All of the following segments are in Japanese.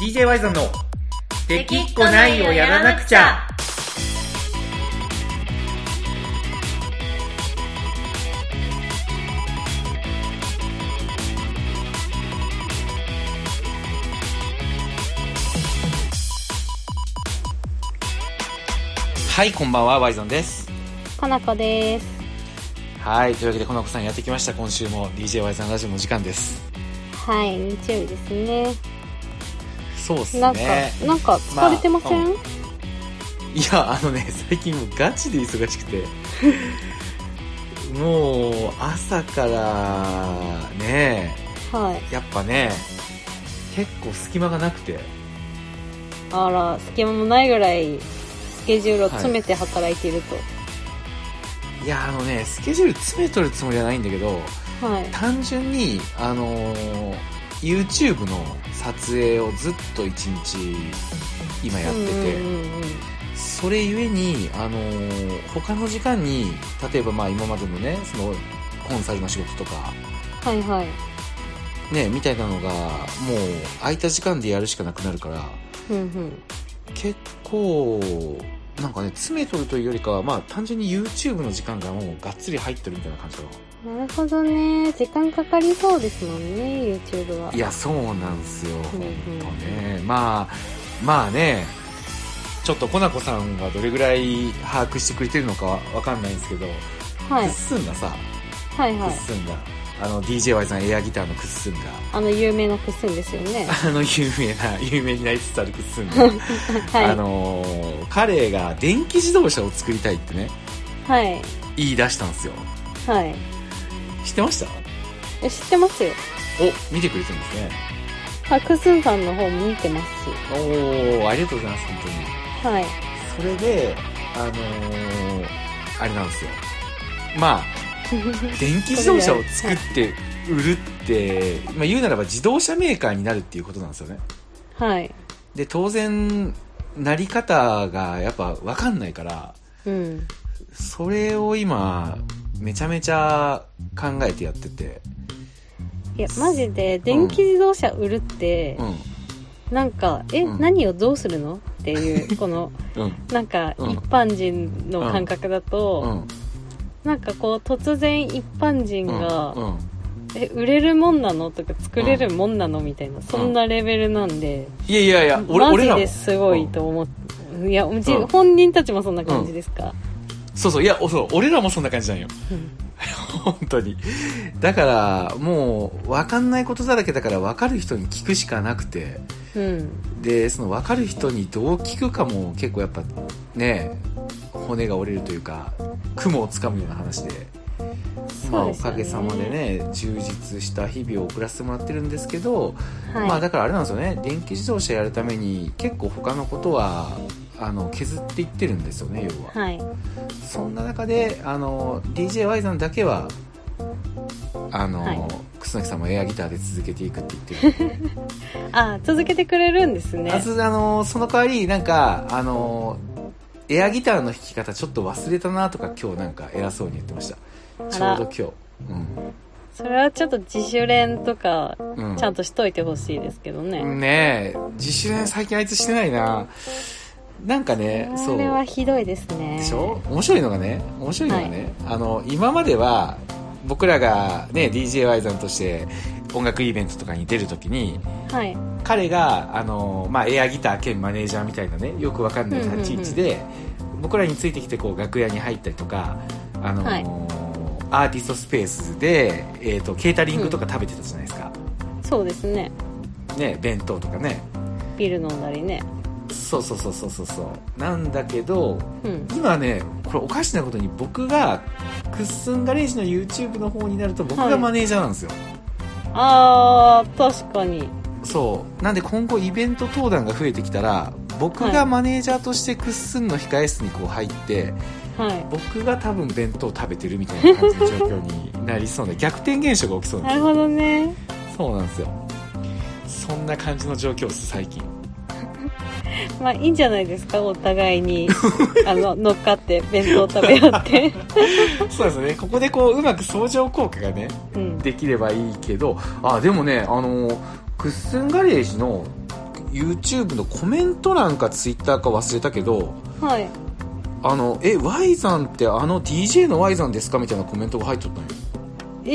DJ ワイザンの「できっこないをやらなくちゃ」はいこんばんはワイザンですかなこですはいというわけでこの子さんやってきました今週も DJ ワイザンラジオの時間ですはい日曜日ですねそうっすなんかねなんか疲れてません、まあいやあのね 最近もうガチで忙しくてもう朝からねはいやっぱね結構隙間がなくてあら隙間もないぐらいスケジュールを詰めて働いているといやあのねスケジュール詰めとるつもりはないんだけどはい、単純にあのー YouTube の撮影をずっと一日今やっうてんて、うんうんうんそれゆえに、あのー他の時間に例えばまあ今までのねそのコンサルの仕事とかはいはいね、みたいなのがもう空いた時間でやるしかなくなるからうんうん結構なんかね詰めとるというよりかはまあ単純に YouTube の時間がもうがっつり入ってるみたいな感じかななるほどね時間かかりそうですもんね YouTube はいやそうなんですよう本んうん当ねまあまあねちょっとコナコさんがどれぐらい把握してくれてるのかはわかんないんですけど、はいクッスンがさはいクはッいスンが、あの DJY さんエアギターのクッスンがあの有名なクッスンですよねあの有名な有名になりつつあるクッスンがはいあのー彼が電気自動車を作りたいってねはい言い出したんですよはい知ってましたえ知ってますよお見てくれてるんですねあクッスンさんの方も見てますしおおありがとうございます本当にはいそれであのーあれなんですよま あ電気自動車を作って売るって、まあ、言うならば自動車メーカーになるっていうことなんですよねはいで当然なり方がやっぱ分かんないからうんそれを今めちゃめちゃ考えてやってていやマジで電気自動車売るってう、んなんかえ、うん何をどうするのっ ていうこのうんなんかうん一般人の感覚だうと、んなんかこう突然一般人が、うんうん、え売れるもんなのとか作れるもんなのみたいなそんなレベルなんで、いやいやいや俺マ俺ジらもですごいと思って。いや、うちうん本人たちもそんな感じですか、そうそういやおそう俺らもそんな感じなんよ うん本当にだからもう分かんないことだらけだから分かる人に聞くしかなくてうんでその分かる人にどう聞くかも結構やっぱね骨が折れるというか雲をつかむような話でまあそうおですよねかげさまでね充実した日々を送らせてもらってるんですけど、はい、まあだからあれなんですよね電気自動車やるために結構他のことはあの削っていってるんですよね要は、はいそんな中であの DJY さんだけはあの、はい楠木さんもエアギターで続けていくって言ってるあ続けてくれるんですねあずあのその代わりなんかあのエアギターの弾き方ちょっと忘れたなとか今日なんか偉そうに言ってましたあちょうらど今日それはちょっと自主練とかうん、うん、ちゃんとしといてほしいですけどね、ねえ自主練最近あいつしてないななんかねそそうれはひどいですねでしょ面白いのがね面白いのがね、あの今までは僕らが、ね、DJY さんとして音楽イベントとかに出るときにはい彼があの、まあ、エアギター兼マネージャーみたいなねよくわかんない立ち位置で、僕らについてきてこう楽屋に入ったりとかあの、はいアーティストスペースで、えー、とケータリングとか食べてたじゃないですか、そうですねね、弁当とかねビール飲んだりねそうそうそうそうそうそうなんだけどうん今ねこれおかしなことに僕がクッスンガレージの YouTube の方になると僕がマネージャーなんですよ、あー確かにそうなんで今後イベント登壇が増えてきたら僕はがいマネージャーとしてクッスンの控え室にこう入っては僕が多分弁当食べてるみたいな感じの状況になりそうで逆転現象が起きそういななるほどねそうなんですよそんな感じの状況です最近まあいいんじゃないですかお互 いにあの乗っかって弁当食べ合ってそうですねここでこううまく相乗効果がねうんできればいいけどあでもねあのクッスンガレージの YouTube のコメント欄か Twitter か忘れたけどはいあのえ Y さんってあの DJ の Y さんですかみたいなコメントが入っとったんよえ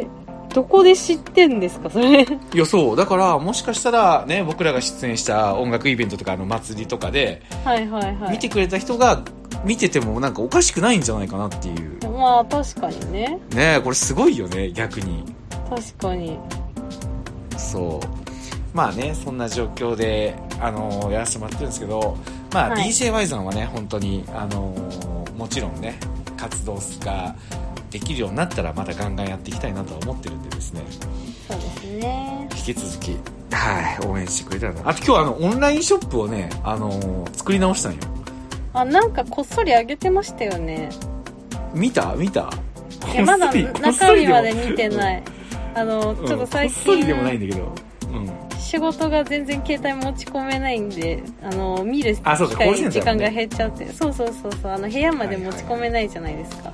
ー、どこで知ってんですかそれいやそうだからもしかしたらね僕らが出演した音楽イベントとかあの祭りとかではいはいはい見てくれた人が見ててもなんかおかしくないんじゃないかなっていうまあ確かにねねえこれすごいよね逆に確かにそうまあねそんな状況で、あのーやらせてもらってるんですけど、まあはい DJY さんはね本当に、あのーもちろんね活動ができるようになったらまたガンガンやっていきたいなとは思ってるんでですねそうですね引き続きはい応援してくれたらなあと今日あのオンラインショップをね、あのー作り直したんよあなんかこっそり上げてましたよね見た見たいやまだこっそりこっ中そり身でもまで見てないあのうんちょっと最こっそりでもない近んだけどうん仕事が全然携帯持ち込めないんであの見る機あそうか高会専時だも間んねが減っちゃってそうそうそうそうあの部屋まで持ち込めないじゃないですか、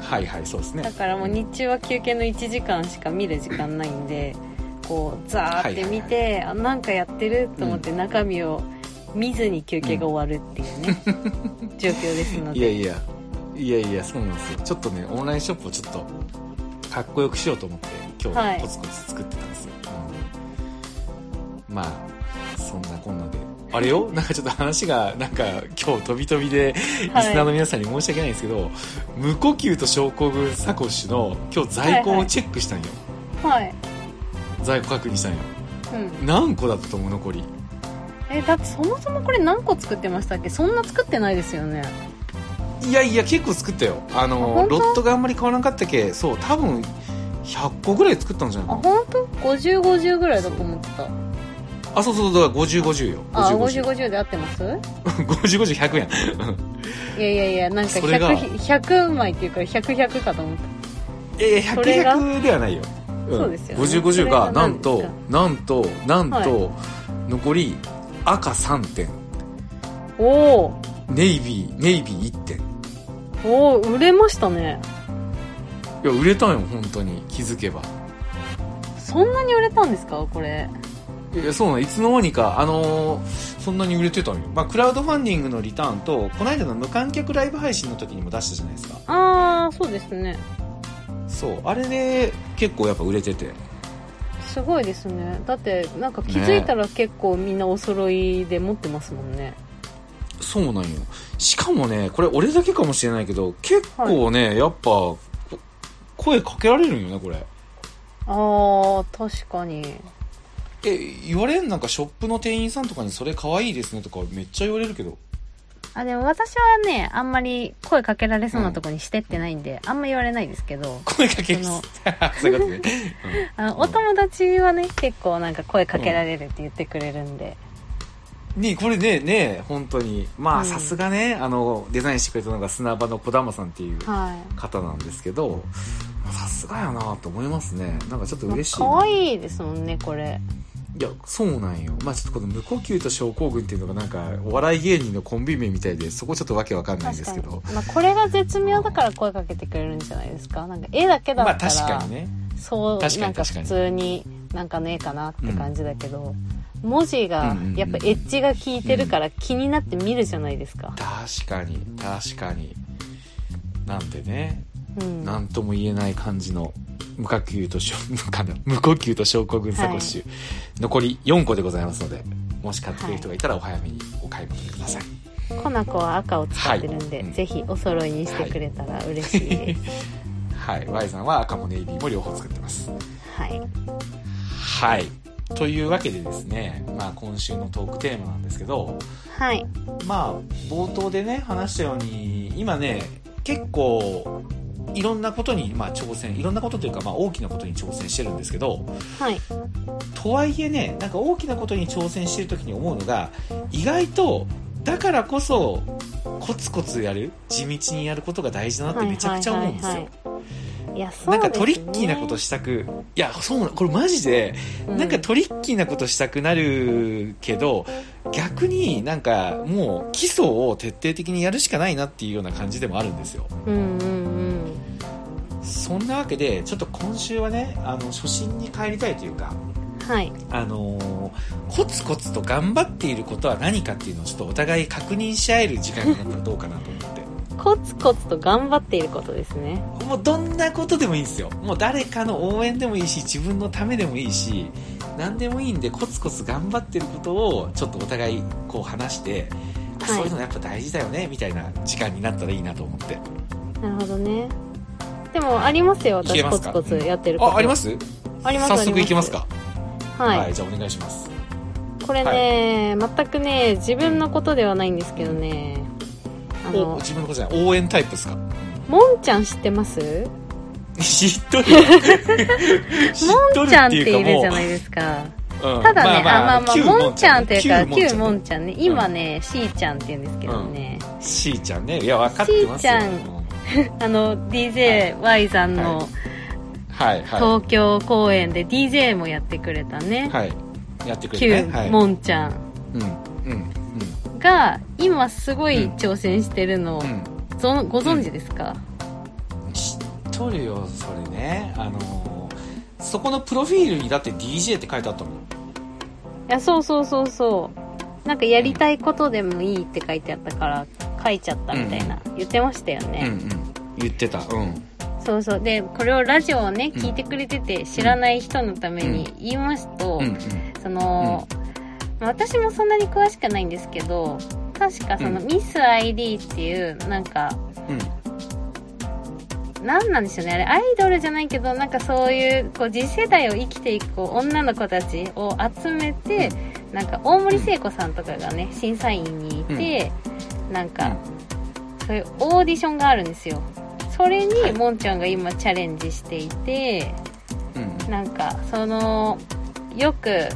はいはいそうですねだからもう日中は休憩の1時間しか見る時間ないんでこうザーって見て、あなんかやってると思って中身を見ずに休憩が終わるっていうね、状況ですのいやでいやいやいやそうなんですよちょっとねオンラインショップをちょっとかっこよくしようと思って今はい日コツコツ作ってたんですよ、うんまあそんなこんなであれよなんかちょっと話がなんか今日飛び飛びでリスナーの皆さんに申し訳ないんですけど、無呼吸と症候群サコッシュの今日在庫をチェックしたんよ、はい、在庫確認したんようん、何個だったと思う残りえだってそもそもこれ何個作ってましたっけそんな作ってないですよねいやいや結構作ったよあのあ本当ロットがあんまり変わらなかったけそう多分100個ぐらい作ったんじゃないあかな本当5050ぐらいだと思ってたあ、そうそうそう、だから50、50よ。あ50、50。 5050で合ってます 50、50、100円。 いやいやいやなんかそれが 100, 100枚っていうから100100かと思ったえ、100、それが100ではないよ。んそうですよね50、そ50れが、がな何んですとか、なんと、なんはと、残り、赤3点、おーネイビー、ネイビー1点。いおー売れましたねや、売れたんよ、本当に。気づけば。そんなに売れたんですかこれいや、そうなん、いつの間にか、あのーそんなに売れてたんよ。まあ、クラウドファンディングのリターンと、この間の無観客ライブ配信の時にも出したじゃないですか。ああそうですねそう。あれで、結構やっぱ売れてて。すごいですねだってなんか気づいたら結構みんなお揃いで持ってますもんねそうなんよしかもねこれ俺だけかもしれないけど結構ね、やっぱこ声かけられるんよねこれああ確かにえ言われんなんかショップの店員さんとかに「それ可愛いですね」とかめっちゃ言われるけどあでも私はねあんまり声かけられそうなとこにしてってないんで、あんま言われないですけど声かけるその そういうことね、あのお友達はね結構なんか声かけられるって言ってくれるんで、うんにこれ ねね本当にまうあんさすがねあのデザインしてくれたのが砂場の児玉さんっていうは方なんですけどまあさすがやなと思いますねなんかちょっとい、まあ嬉しいな可愛いですもんねこれいやそうなんよまあちょっとこの無呼吸と症候群っていうのがなんかお笑い芸人のコンビ名みたいでそこちょっとわけわかんないんで確すかけに、どまあ、これが絶妙だから声かけてくれるんじゃないですかなんか絵だけだまあった確ら、かにねそう確かになんか確か普に通になんかねえかなって感じだけど、文字がうんうんうんやっぱエッジが効いてるから気になって見るじゃないですか、確かに確かになんでねうん、何とも言えない感じの無呼吸と症 無かな無呼吸と症候群サコッシュ、残り4個でございますのでもし買ってくれる人がいたらお早めにお買い物ください、コナコは赤を使ってるんで、はいぜひお揃いにしてくれたら嬉しいです、 はい Y さんは赤もネイビーも両方作ってますはいはいというわけでですね、まあ、今週のトークテーマなんですけどはいまあ冒頭でね話したように今ね結構いろんなことにまあ挑戦いろんなことというかまあ大きなことに挑戦してるんですけどはいとはいえねなんか大きなことに挑戦してる時に思うのが意外とだからこそコツコツやる地道にやることが大事だなってめちゃくちゃ思うんですよ、はいはいいやそうなんです、ね、かトリッキーなことしたくいやそうなこれマジでなんかトリッキーなことしたくなるけど、逆になんかもう基礎を徹底的にやるしかないなっていうような感じでもあるんですよ。うんうんうんそんなわけで、ちょっと今週はね、あの、初心に帰りたいというか、うんはいあのーコツコツと頑張っていることは何かっていうのをちょっとお互い確認し合える時間になったらどうかなと思って。コツコツと頑張っていることですねもうどんなことでもいいんですよ。もう誰かの応援でもいいし、自分のためでもいいし、何でもいいんで、コツコツ頑張ってることを、ちょっとお互いこう話して、あはいそういうのやっぱ大事だよね、みたいな時間になったらいいなと思って。なるほどねでもありますよいけ私まコすツかコツやってることあ、ありますすあります早速いきますか。はい、じゃあお願いします。これね、全くね自分のことではないんですけどねあおの自分のことじゃない、応援タイプですかもんちゃん知ってます知っとる よ。知っとるちゃんっってていういかるもじうゃないですかうんただね、あ、まあ旧まあ、もんちゃんというか、旧旧ももんんちゃんね、今ね、しーちゃんって言うんですけどね、しーちゃんね。いや、分かってますよ。しーちゃんうんあの、DJY さんのはい、は東京公演で DJ もやってくれたい。ね、はい。やってくれ旧るね。はい。もんちゃんうん。うん。が、今すごい挑戦してるのをうん。ぞご存知ですかうん。知っとるよ、それね。あのー、そこのプロフィールにだって DJ って書いてあったもん。いや、そうそうそうそう。なんかやりたいことでもいいって書いてあったから、書いちゃったみたいな、言ってましたようんうね。ん。言ってた。うん。そうそう。で、これをラジオをね、うん聞いてくれてて、知らない人のために言いますと、うん。その、まあ私もそんなに詳しくないんですけど、確かその、うんミス ID っていう、なんか、うん。なんなんでしょうね。あれ、アイドルじゃないけど、なんかそういう、こう、次世代を生きていくこう女の子たちを集めて、なんか、大森聖子さんとかがね、審査員にいて、なんか、そういうオーディションがあるんですよ。それはに、いもんちゃんが今チャレンジしていて、うん。うん。なんか、その、よく、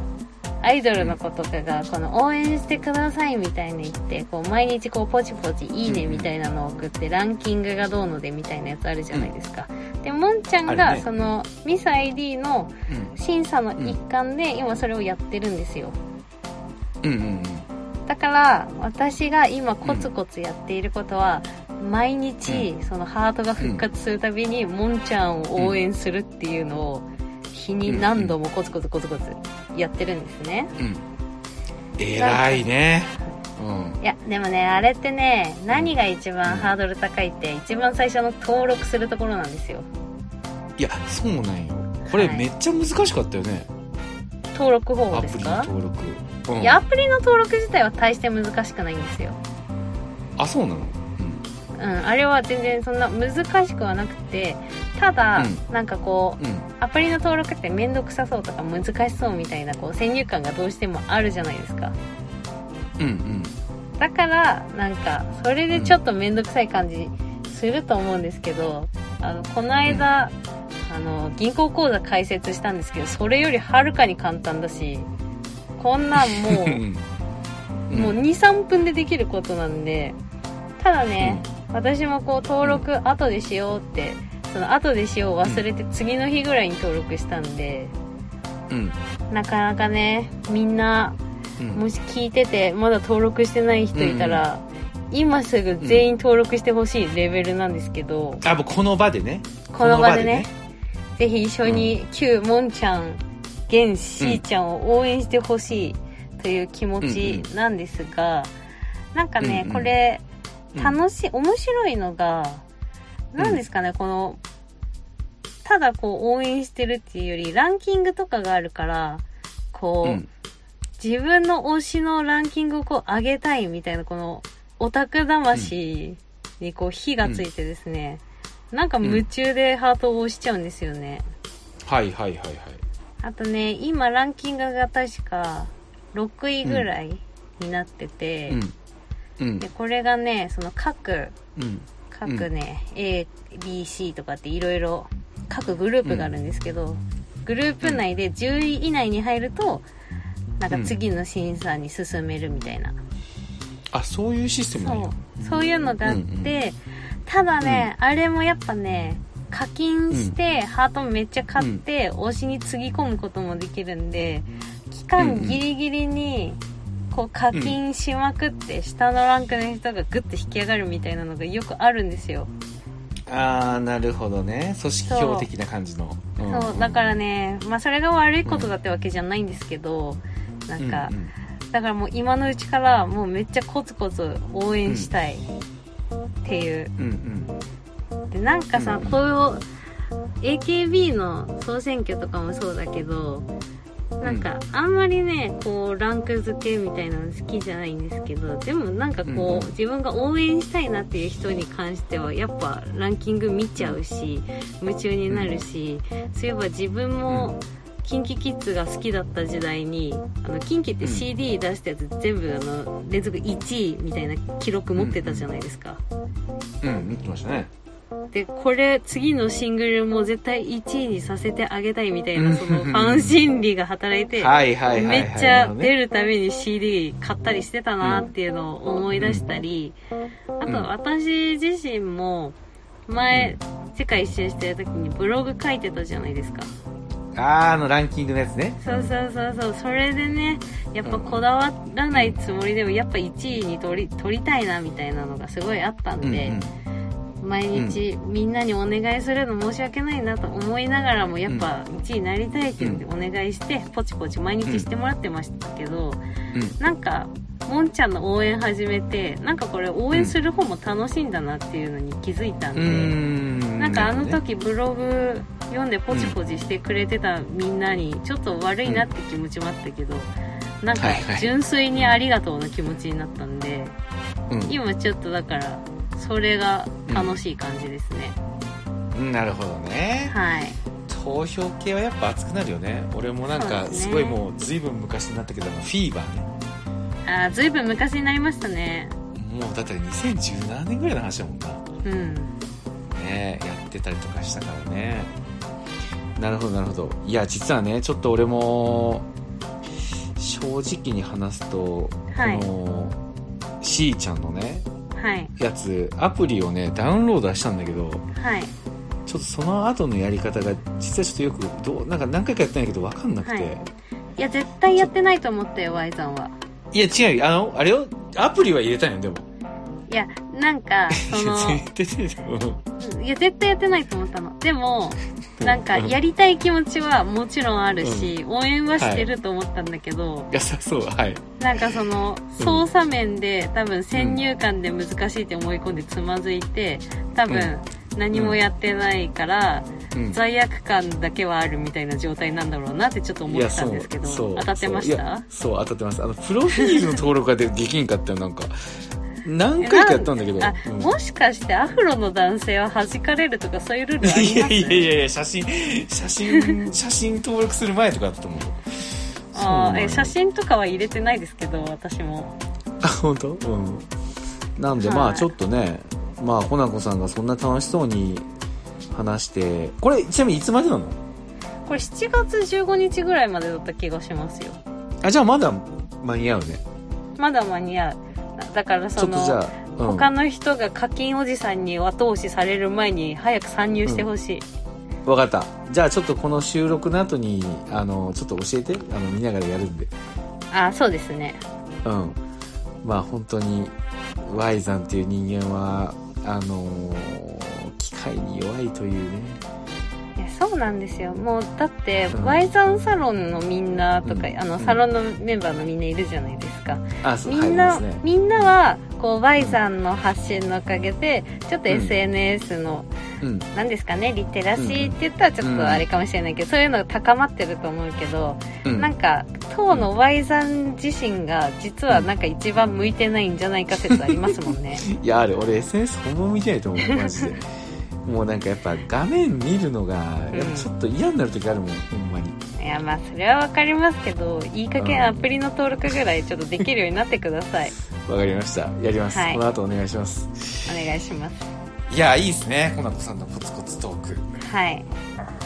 アイドルの子とかが、この、応援してくださいみたいに言って、こう、毎日こう、ポチポチ、いいねみたいなのを送って、ランキングがどうのでみたいなやつあるじゃないですか。で、もんちゃんあが、るねその、ミス ID のうん審査の一環で、今それをやってるんですよ。うんうんだから、私が今コツコツやっていることは、毎日、そのハートが復活するたびに、もんちゃんを応援するっていうのを、日に何度もコツコツコツコツやってるんですね。うん。うん。偉いね。うん。いや、でもね、あれってね、何が一番ハードル高いって、一番最初の登録するところなんですよ。いや、そうなんよ。これはいめっちゃ難しかったよね。登録方法アでプすリのか登録。うんいや、アプリの登録自体は大して難しくないんですよ。あ、そうなのうん、あれは全然そんな難しくはなくて、ただ、うなんかこう、うん。うん。アプリの登録って面倒くさそうとか難しそうみたいなこう先入観がどうしてもあるじゃないですかうんだからなんかそれでちょっと面倒くさい感じすると思うんですけど、あのこの間、あの銀行口座開設したんですけどそれよりはるかに簡単だしこんなんもうん。ん うもう23分でできることなんでただね、私もこう登録後でしようってその後でしよう忘れて次の日ぐらいに登録したんで、うん。なかなかねみんなうん。もし聞いててまだ登録してない人いたら、今すぐ全員登録してほしいレベルなんですけど、あ、もうこの場でね。この場でねぜひ一緒に旧もんちゃん現しーちゃんを応援してほしいという気持ちなんですが、なんかね、うんうんこれこの場でね。楽しい面白いのが何ですかね、このただこう応援してるっていうよりランキングとかがあるからこうう、ん。自分の推しのランキングをこう上げたいみたいなこのオタク魂にこう火がついてですね、なんか夢中でハートを押しちゃうんですよね、はいはいはいはい。あとね今ランキングが確か6位ぐらいになってて、うん。うんで。これがねその各うん。各ね、ABC とかっていろいろ各グループがあるんですけど、グループ内で10位以内に入るとなんか次の審査に進めるみたいな、あ、そういうシステムなんやそ。うそういうのがあって、うんただね、あれもやっぱね課金して、ハートめっちゃ買って、推しにつぎ込むこともできるんで期間ギリギリにこう課金しまくって、下のランクの人がグッと引き上がるみたいなのがよくあるんですよああなるほどね組織標的な感じのんそうだからね、まあ、それが悪いことだってわけじゃないんですけど、なんか、うんうんだからもう今のうちからもうめっちゃコツコツ応援したいっていう、うんうんでなんかさ、うんこういう AKB の総選挙とかもそうだけどなんかあんまりねこうランク付けみたいなの好きじゃないんですけどでもなんかこうんう自分が応援したいなっていう人に関してはやっぱランキング見ちゃうし夢中になるしそういえば自分も KinKiKids が好きだった時代にあの Kinki っうてん CD 出したやつ全部あの連続1位みたいな記録持ってたじゃないですか。うん見てましたねでこれ次のシングルも絶対1位にさせてあげたいみたいうんなそのファン心理が働いてはいはいはいはいめっちゃなる出るために CD 買ったりしてたなっていうのを思い出したりあんと私自身も前世界一周してる時にブログ書いてたじゃないですかほどねあーあのランキングのやつねそうそうそうそうそれでねやっぱこだわらないつもりでもやっぱ1位に取り取りたいなみたいなのがすごいあったんで、うんうん毎日みんなにお願いするの申し訳ないなと思いながらもやっぱ1位になりたいって言ってお願いしてポチポチ毎日してもらってましたけどうんなんかもんちゃんの応援始めてなんかこれ応援する方も楽しいんだなっていうのに気づいたんうーでんなんかあのなる時ブログ読んでポチポチしてくれてたみんなにちょっと悪いなって気持ちもあったけどなんかはいはい純粋にありがとうの気持ちになったんでほどね今ちょっとだからそれが楽しい感じですね。うんなるほどねはい。投票系はやっぱ熱くなるよね俺もなんそうかですねすごいもう随分昔になったけどあのフィーバーねあーずいぶん昔になりましたね。もうだって2017年ぐらいの話だもんなうん。ねやってたりとかしたからねなるほどなるほどいや実はねちょっと俺も正直に話すと、はいこのしーちゃんのねはい。やつアプリをねダウンロードはしたんだけどはい。ちょっとその後のやり方が実はちょっとよくどうなんか何回かやってないけど分かんなくて、はいいや、絶対やってないと思ったよ、Y さんは。い、や違うよあのあれよアプリは入れたんよでもいや、なんか、そ の、絶対入れたよいや、絶対やってないと思ったの。でも、うんなんか、うんやりたい気持ちはもちろんあるし、応援はしてると思ったんだけど、いやさそうはいなんかその、操作面で、多分先入観で難しいって思い込んでつまずいて、多分、何もやってないから、うん罪悪感だけはあるみたいな状態なんだろうなってちょっと思ってたんですけどそう当たってましそういたやそう当たってますあのプロフィールの登録がでできんかったよなんか何回かやったんだけどあ、うんもしかしてアフロの男性は弾かれるとかそういうルールありいまやすいやいやいや写真写 真写真登録する前とかだったと思うあーえ写真真とかは入れてないですけど私もあ本当うんなんで、はいまあちょっとねまあほなこさんがそんな楽しそうに話してこれちなみにいつまでなのこれ7月15日ぐらいまでだった気がしますよあじゃあまだ間に合うねまだ間に合うだからちょそっのとじゃあ、うん、他の人が課金おじさんに後押しされる前に早く参入してほしい、わかったじゃあちょっとこの収録の後にあのちょっと教えてあの見ながらやるんであーそうですねうん、まあ本当に Y さんっていう人間はあのー機械に弱いというねいやそうなんですよもうだって、うんワイザンサロンのみんなとか、うんあうのんサロンのメンバーのみんないるじゃないですか、あそうみんな、はいいますねみんなはこうワイザンの発信のおかげでちょっとうん SNS の、うんなんですかねリテラシーって言ったらちょっとあれかもしれないけど、そういうのが高まってると思うけど、うんなんか当のワイザン自身が実はなんか一番向いてないんじゃないか説ありますも んねいやあれ俺 SNS ほぼ見てないと思うマジで もうなんかやっぱ画面見るのがやっぱちょっと嫌になる時あるもん、ほんまにいやまあそれはわかりますけどいい加うん減アプリの登録ぐらいちょっとできるようになってくださいわかりましたやります、はいこの後お願いしますお願いしますいやいいですねほなこさんのコツコツトークはい。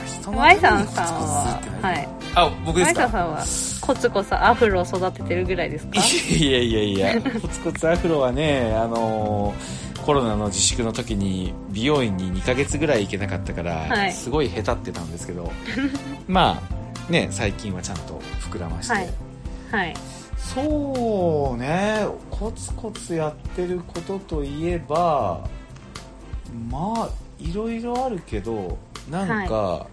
人のワイさんコツコツさんはって、何はい。あ僕でワすイかさんさんは、コツコツアフロを育ててるぐらいですかいやいやいやいや、コツコツアフロはね、あのーコロナの自粛の時に美容院に2ヶ月ぐらい行けなかったから、はいすごい下手ってたんですけど、まあ、ね、最近はちゃんと膨らまして、はいはい。そうね、コツコツやってることといえば、まあ、いろいろあるけどなんか、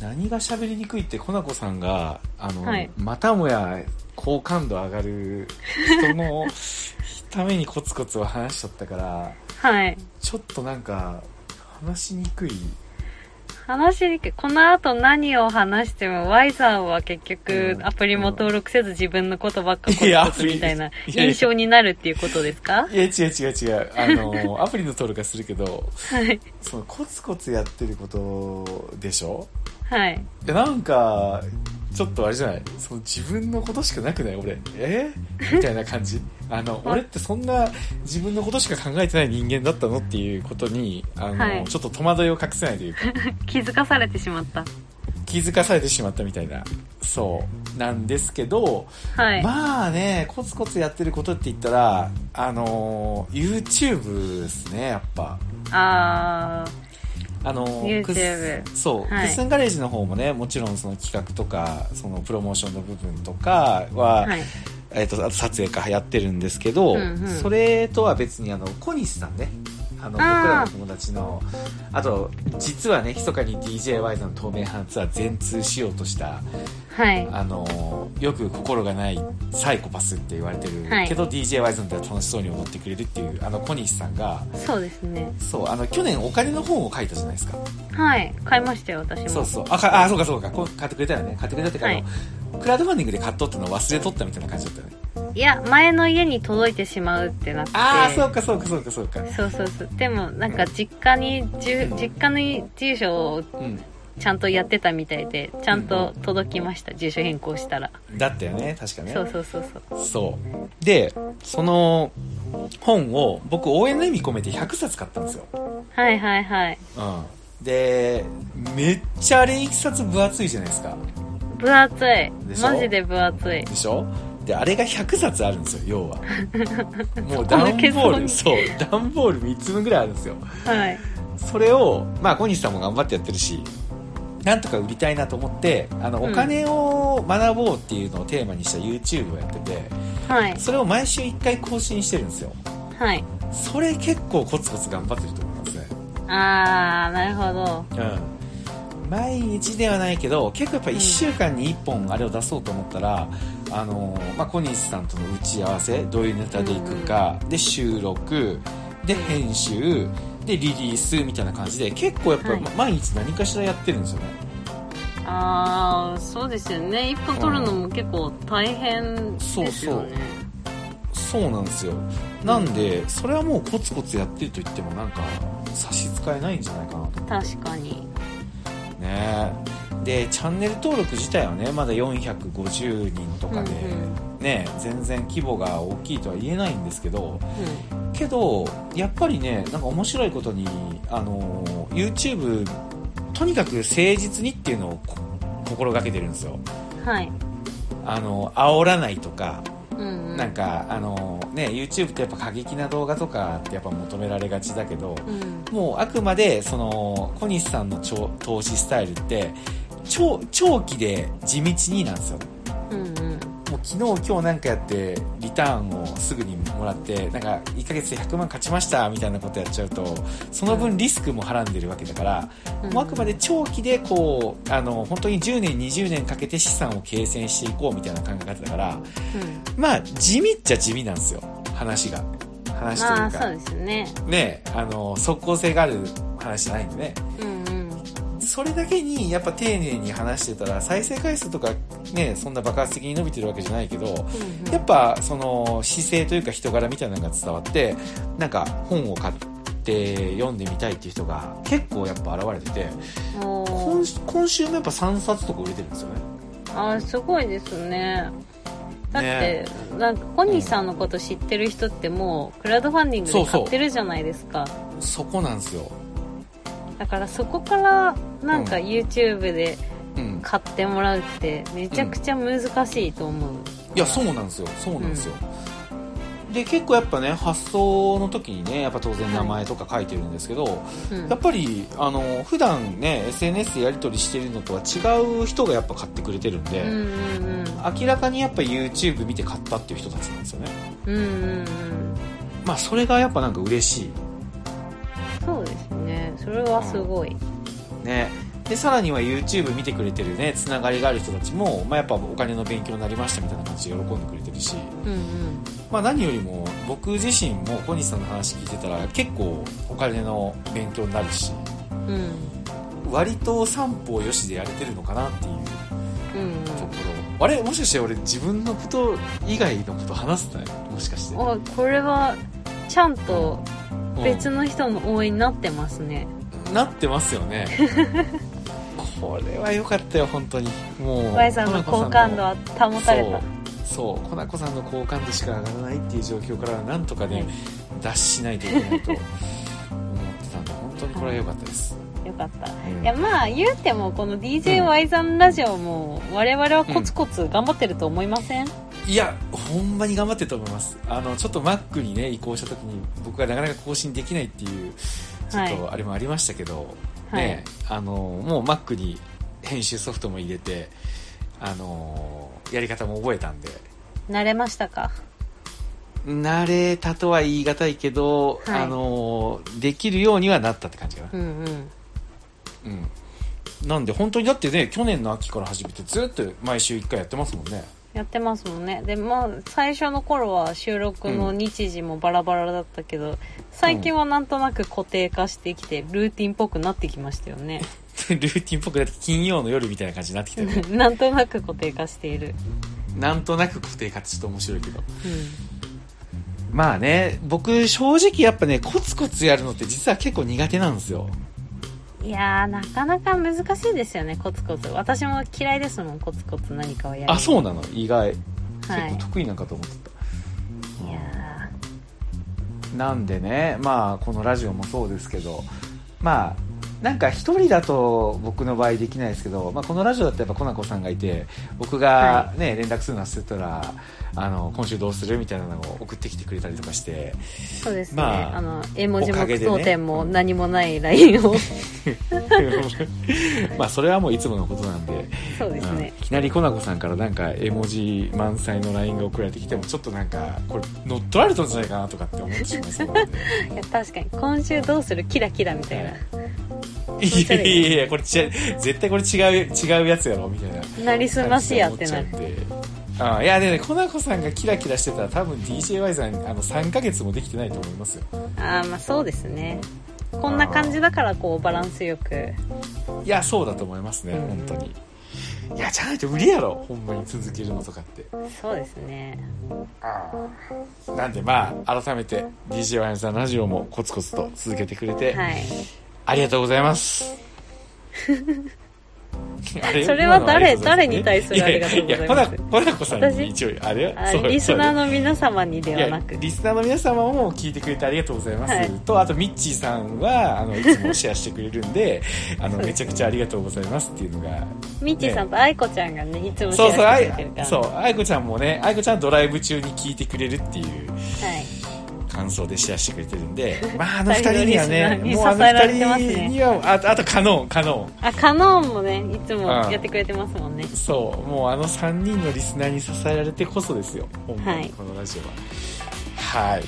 何が喋りにくいってコナコさんがあの、はいまたもや好感度上がる人のためにコツコツは話しちゃったからはいちょっとなんか話しにくい話しにくいこの後何を話しても Y さんは結局うんアプリも登録せず自分のことばっかこいやとみたいなアプリいやいや印象になるっていうことですかいや違う違う違うあ のアプリの登録はするけどはいそのコツコツやってることでしょはいでなんかちょっとあれじゃないその自分のことしかなくない俺えみたいな感じあの俺ってそんな自分のことしか考えてない人間だったのっていうことにあの、はいちょっと戸惑いを隠せないという か気づかされてしまった気づかされてしまったみたいなそうなんですけど、はい、まあねコツコツやってることって言ったらあの YouTube ですねやっぱ。ああの YouTube クッスそう、はいクッスンガレージの方もねもちろんその企画とかそのプロモーションの部分とかは、ーはいえっとあと撮影かやってるんですけど、うんうんそれとは別にあの小西さんねあの僕あーらの友達のあと実はね密かに DJY さんの透明版ツアー全通しようとしたはいあのよく心がないサイコパスって言われてる、はいけど DJY さんでは楽しそうに踊ってくれるっていうあの小西さんがそうですねそうあの去年お金の本を書いたじゃないですか。はい買いましたよ私もそうそう。あ、かあそうかそうか。こう買ってくれたよね。買ってくれたってか、あのはいクラウドファンディングで買っとったの忘れとったみたいな感じだったよね。いや前の家に届いてしまうってなってああ、そうかそうかそうかそうか。そうそうそうでもなんか実家にじゅ実家の住所をうん。ちゃんとやってたみたいでちゃんと届きました住所変更したらだったよね。確かね。そうそうそうそうそうで、その本を僕応援の意味込めて100冊買ったんですよ。はいはいはいうん。で、めっちゃあれ1冊分厚いじゃないですか。分厚いでしょマジで分厚いでしょで、あれが100冊あるんですよ、要は。もう段ボール、そそう、段ボール3つ分ぐらいあるんですよ。はいそれを、まあ、小西さんも頑張ってやってるし、なんとか売りたいなと思って、あの、うんお金を学ぼうっていうのをテーマにした YouTube をやってて、はいそれを毎週1回更新してるんですよ。はいそれ結構コツコツ頑張ってると思いますね。あーなるほどうん。毎日ではないけど、結構やっぱ1週間に1本あれを出そうと思ったら、あの、まあ、小西さんとの打ち合わせ、どういうネタでいくか、で、収録、で、編集、で、リリースみたいな感じで、結構やっぱはい毎日何かしらやってるんですよね。あーそうですよね一本取るのも結構大変ですよねそうなんですよなんで、それはもうコツコツやってると言ってもなんか差し支えないんじゃないかなと確かにねでチャンネル登録自体はねまだ450人とかで、うんね全然規模が大きいとは言えないんですけどうんけどやっぱりねなんか面白いことにあの YouTube とにかく誠実にっていうのをこ心がけてるんですよはいあの煽らないとかうんうんなんかあのね YouTube ってやっぱ過激な動画とかってやっぱ求められがちだけどうんもうあくまでその小西さんの超投資スタイルって長長期で地道になんですようんうんもう昨日今日なんかやってリターンをすぐにもらってなんか1ヶ月で100万勝ちましたみたいなことやっちゃうとその分リスクもはらんでるわけだから、うんもうあくまで長期でこうあの本当に10年20年かけて資産を形成していこうみたいな考え方だからうんまあ地味っちゃ地味なんですよ話が話とまいあうそうかですねねあの即効性がある話じゃないんでねうんうんそれだけにやっぱ丁寧に話してたら再生回数とかねそんな爆発的に伸びてるわけじゃないけどうんやっぱその姿勢というか人柄みたいなのが伝わってなんか本を買って読んでみたいっていう人が結構やっぱ現れててうんお今ー今週もやっぱ3冊とか売れてるんですよねあーすごいですねだって、なんか小西さんのこと知ってる人ってもうクラウドファンディングそうでそう買ってるじゃないですかそこなんですよだからそこからなんかうん YouTube でうん買ってもらうってめちゃくちゃ難しいと思う、いやそうなんですよそうなんですよ、で結構やっぱね発送の時にねやっぱ当然名前とか書いてるんですけど、うんやっぱりあの普段ね SNS でやり取りしてるのとは違う人がやっぱ買ってくれてるんで、うんうん明らかにやっぱ YouTube 見て買ったっていう人たちなんですよねうんうんうんうんまあそれがやっぱなんか嬉しいそうですねそれはすごい、ねでさらには YouTube 見てくれてるねつながりがある人たちも、まあ、やっぱお金の勉強になりましたみたいな感じで喜んでくれてるし、うんうん、まあ、何よりも僕自身も小西さんの話聞いてたら結構お金の勉強になるしうんうん割と三方よしでやれてるのかなっていううんところあれもしかして俺自分のこと以外のこと話すないもしかしてあこれはちゃんとうん別の人の応援になってますね、なってますよねこれは良かったよ本当にもう Y さんの好感度は保たれたそうそうコナコさんの好感度しか上がらないっていう状況からなんとかね、脱しないといけないと思ってたんで本当にこれは良かったです、よかったいうんやまあ言うてもこの d j y さんラジオも我々はコツコツ頑張ってると思いません、いやほんまに頑張ってると思いますあのちょっと Mac にね移行した時に僕がなかなか更新できないっていうちょっとあれもありましたけど、はいねあのもう Mac に編集ソフトも入れてあのやり方も覚えたんで慣れましたか慣れたとは言い難いけど、はいあのできるようにはなったって感じかなうんうんうんなんで本当にだってね去年の秋から始めてずっと毎週1回やってますもんね やってますもんねでまあ最初の頃は収録の日時もバラバラだったけど、最近はなんとなく固定化してきてルーティンっぽくなってきましたよね ルーティンっぽくなって金曜の夜みたいな感じになってきてねなんとなく固定化している、なんとなく固定化ってちょっと面白いけどうん、まあね僕正直やっぱねコツコツやるのって実は結構苦手なんですよいやーなかなか難しいですよねコツコツ私も嫌いですもんコツコツ何かをやるあそううなの意外は結い構得意なんかと思ってた、いやなんでねまあこのラジオもそうですけどまあなんか一人だと僕の場合できないですけど、まあ、このラジオだったらやっぱコナコさんがいて僕が、ね連絡するの忘れたらあの今週どうするみたいなのを送ってきてくれたりとか して ーそうですね、まああ、の絵文字おもかげ句でね読点も何もない LINE をまあそれはもういつものことなんでそうですね、うんいきなりコナコさんからなんか絵文字満載の LINE が送られてきてもちょっとなんかこれ乗っ取られたんじゃないかなとかって思ってしまいそうなんで。いや確かに今週どうするキラキラみたいな、いやいやいやこれち絶対これ違う違うやつやろみたいななりすましやってななるあいやでねコナコさんがキラキラしてたら多分 DJY さんあの3ヶ月もできてないと思いますよああまあそうですねこんな感じだからこうバランスよくいやそうだと思いますねうん本当にいやじゃないと無理やろほんまに続けるのとかってそうですねなんでまあ改めて DJY さんラジオもコツコツと続けてくれて、はいありがとうござい ます。あそれは誰今のありがとうござい誰に対まするありがとうございますややコナコナコさんに一応、あれあそうリスナーそうの皆様にでいやはなくリスナーの皆様も聞いてくれてありがとうございます、はいとあとミッチーさんはあのいつもシェアしてくれるん であのめちゃくちゃありがとうございますっていうのがみちさんと愛子ちゃんがねいつも シそうそうェアあしてくれてるいからそう愛子ちゃんもね愛子ちゃんドライブ中に聞いてくれるっていうはい感想でシェアしてくれてるんでまああの二人にはね二人のリもスナーにうあの支えられてます二ね人にはあとあとカノンカノンあカノンもねいつもうんやってくれてますもんねそうもうあの3人のリスナーに支えられてこそですよ本当はにいこのラジオははい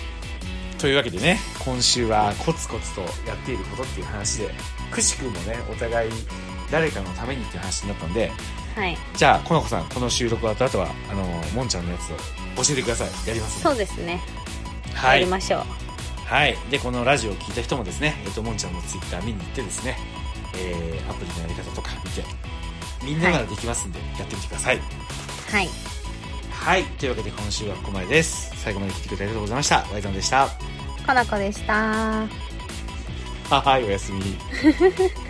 というわけでね今週はコツコツとやっていることっていう話でくしくもねお互い誰かのためにっていう話になったんではいじゃあコナコさんこの収録終わった後はあのもんちゃんのやつを教えてくださいやりますそうですねはやいり、ましょうはい、でこのラジオを聞いた人もですね、えっともんちゃんのツイッター見に行ってですね、えーアプリのやり方とか見てみんなができますんでやってみてくださいはいはい、というわけで今週はここまでです。最後まで聞いてくれてありがとうございました。ワイザンでした。かなこでしたはい、おやすみ。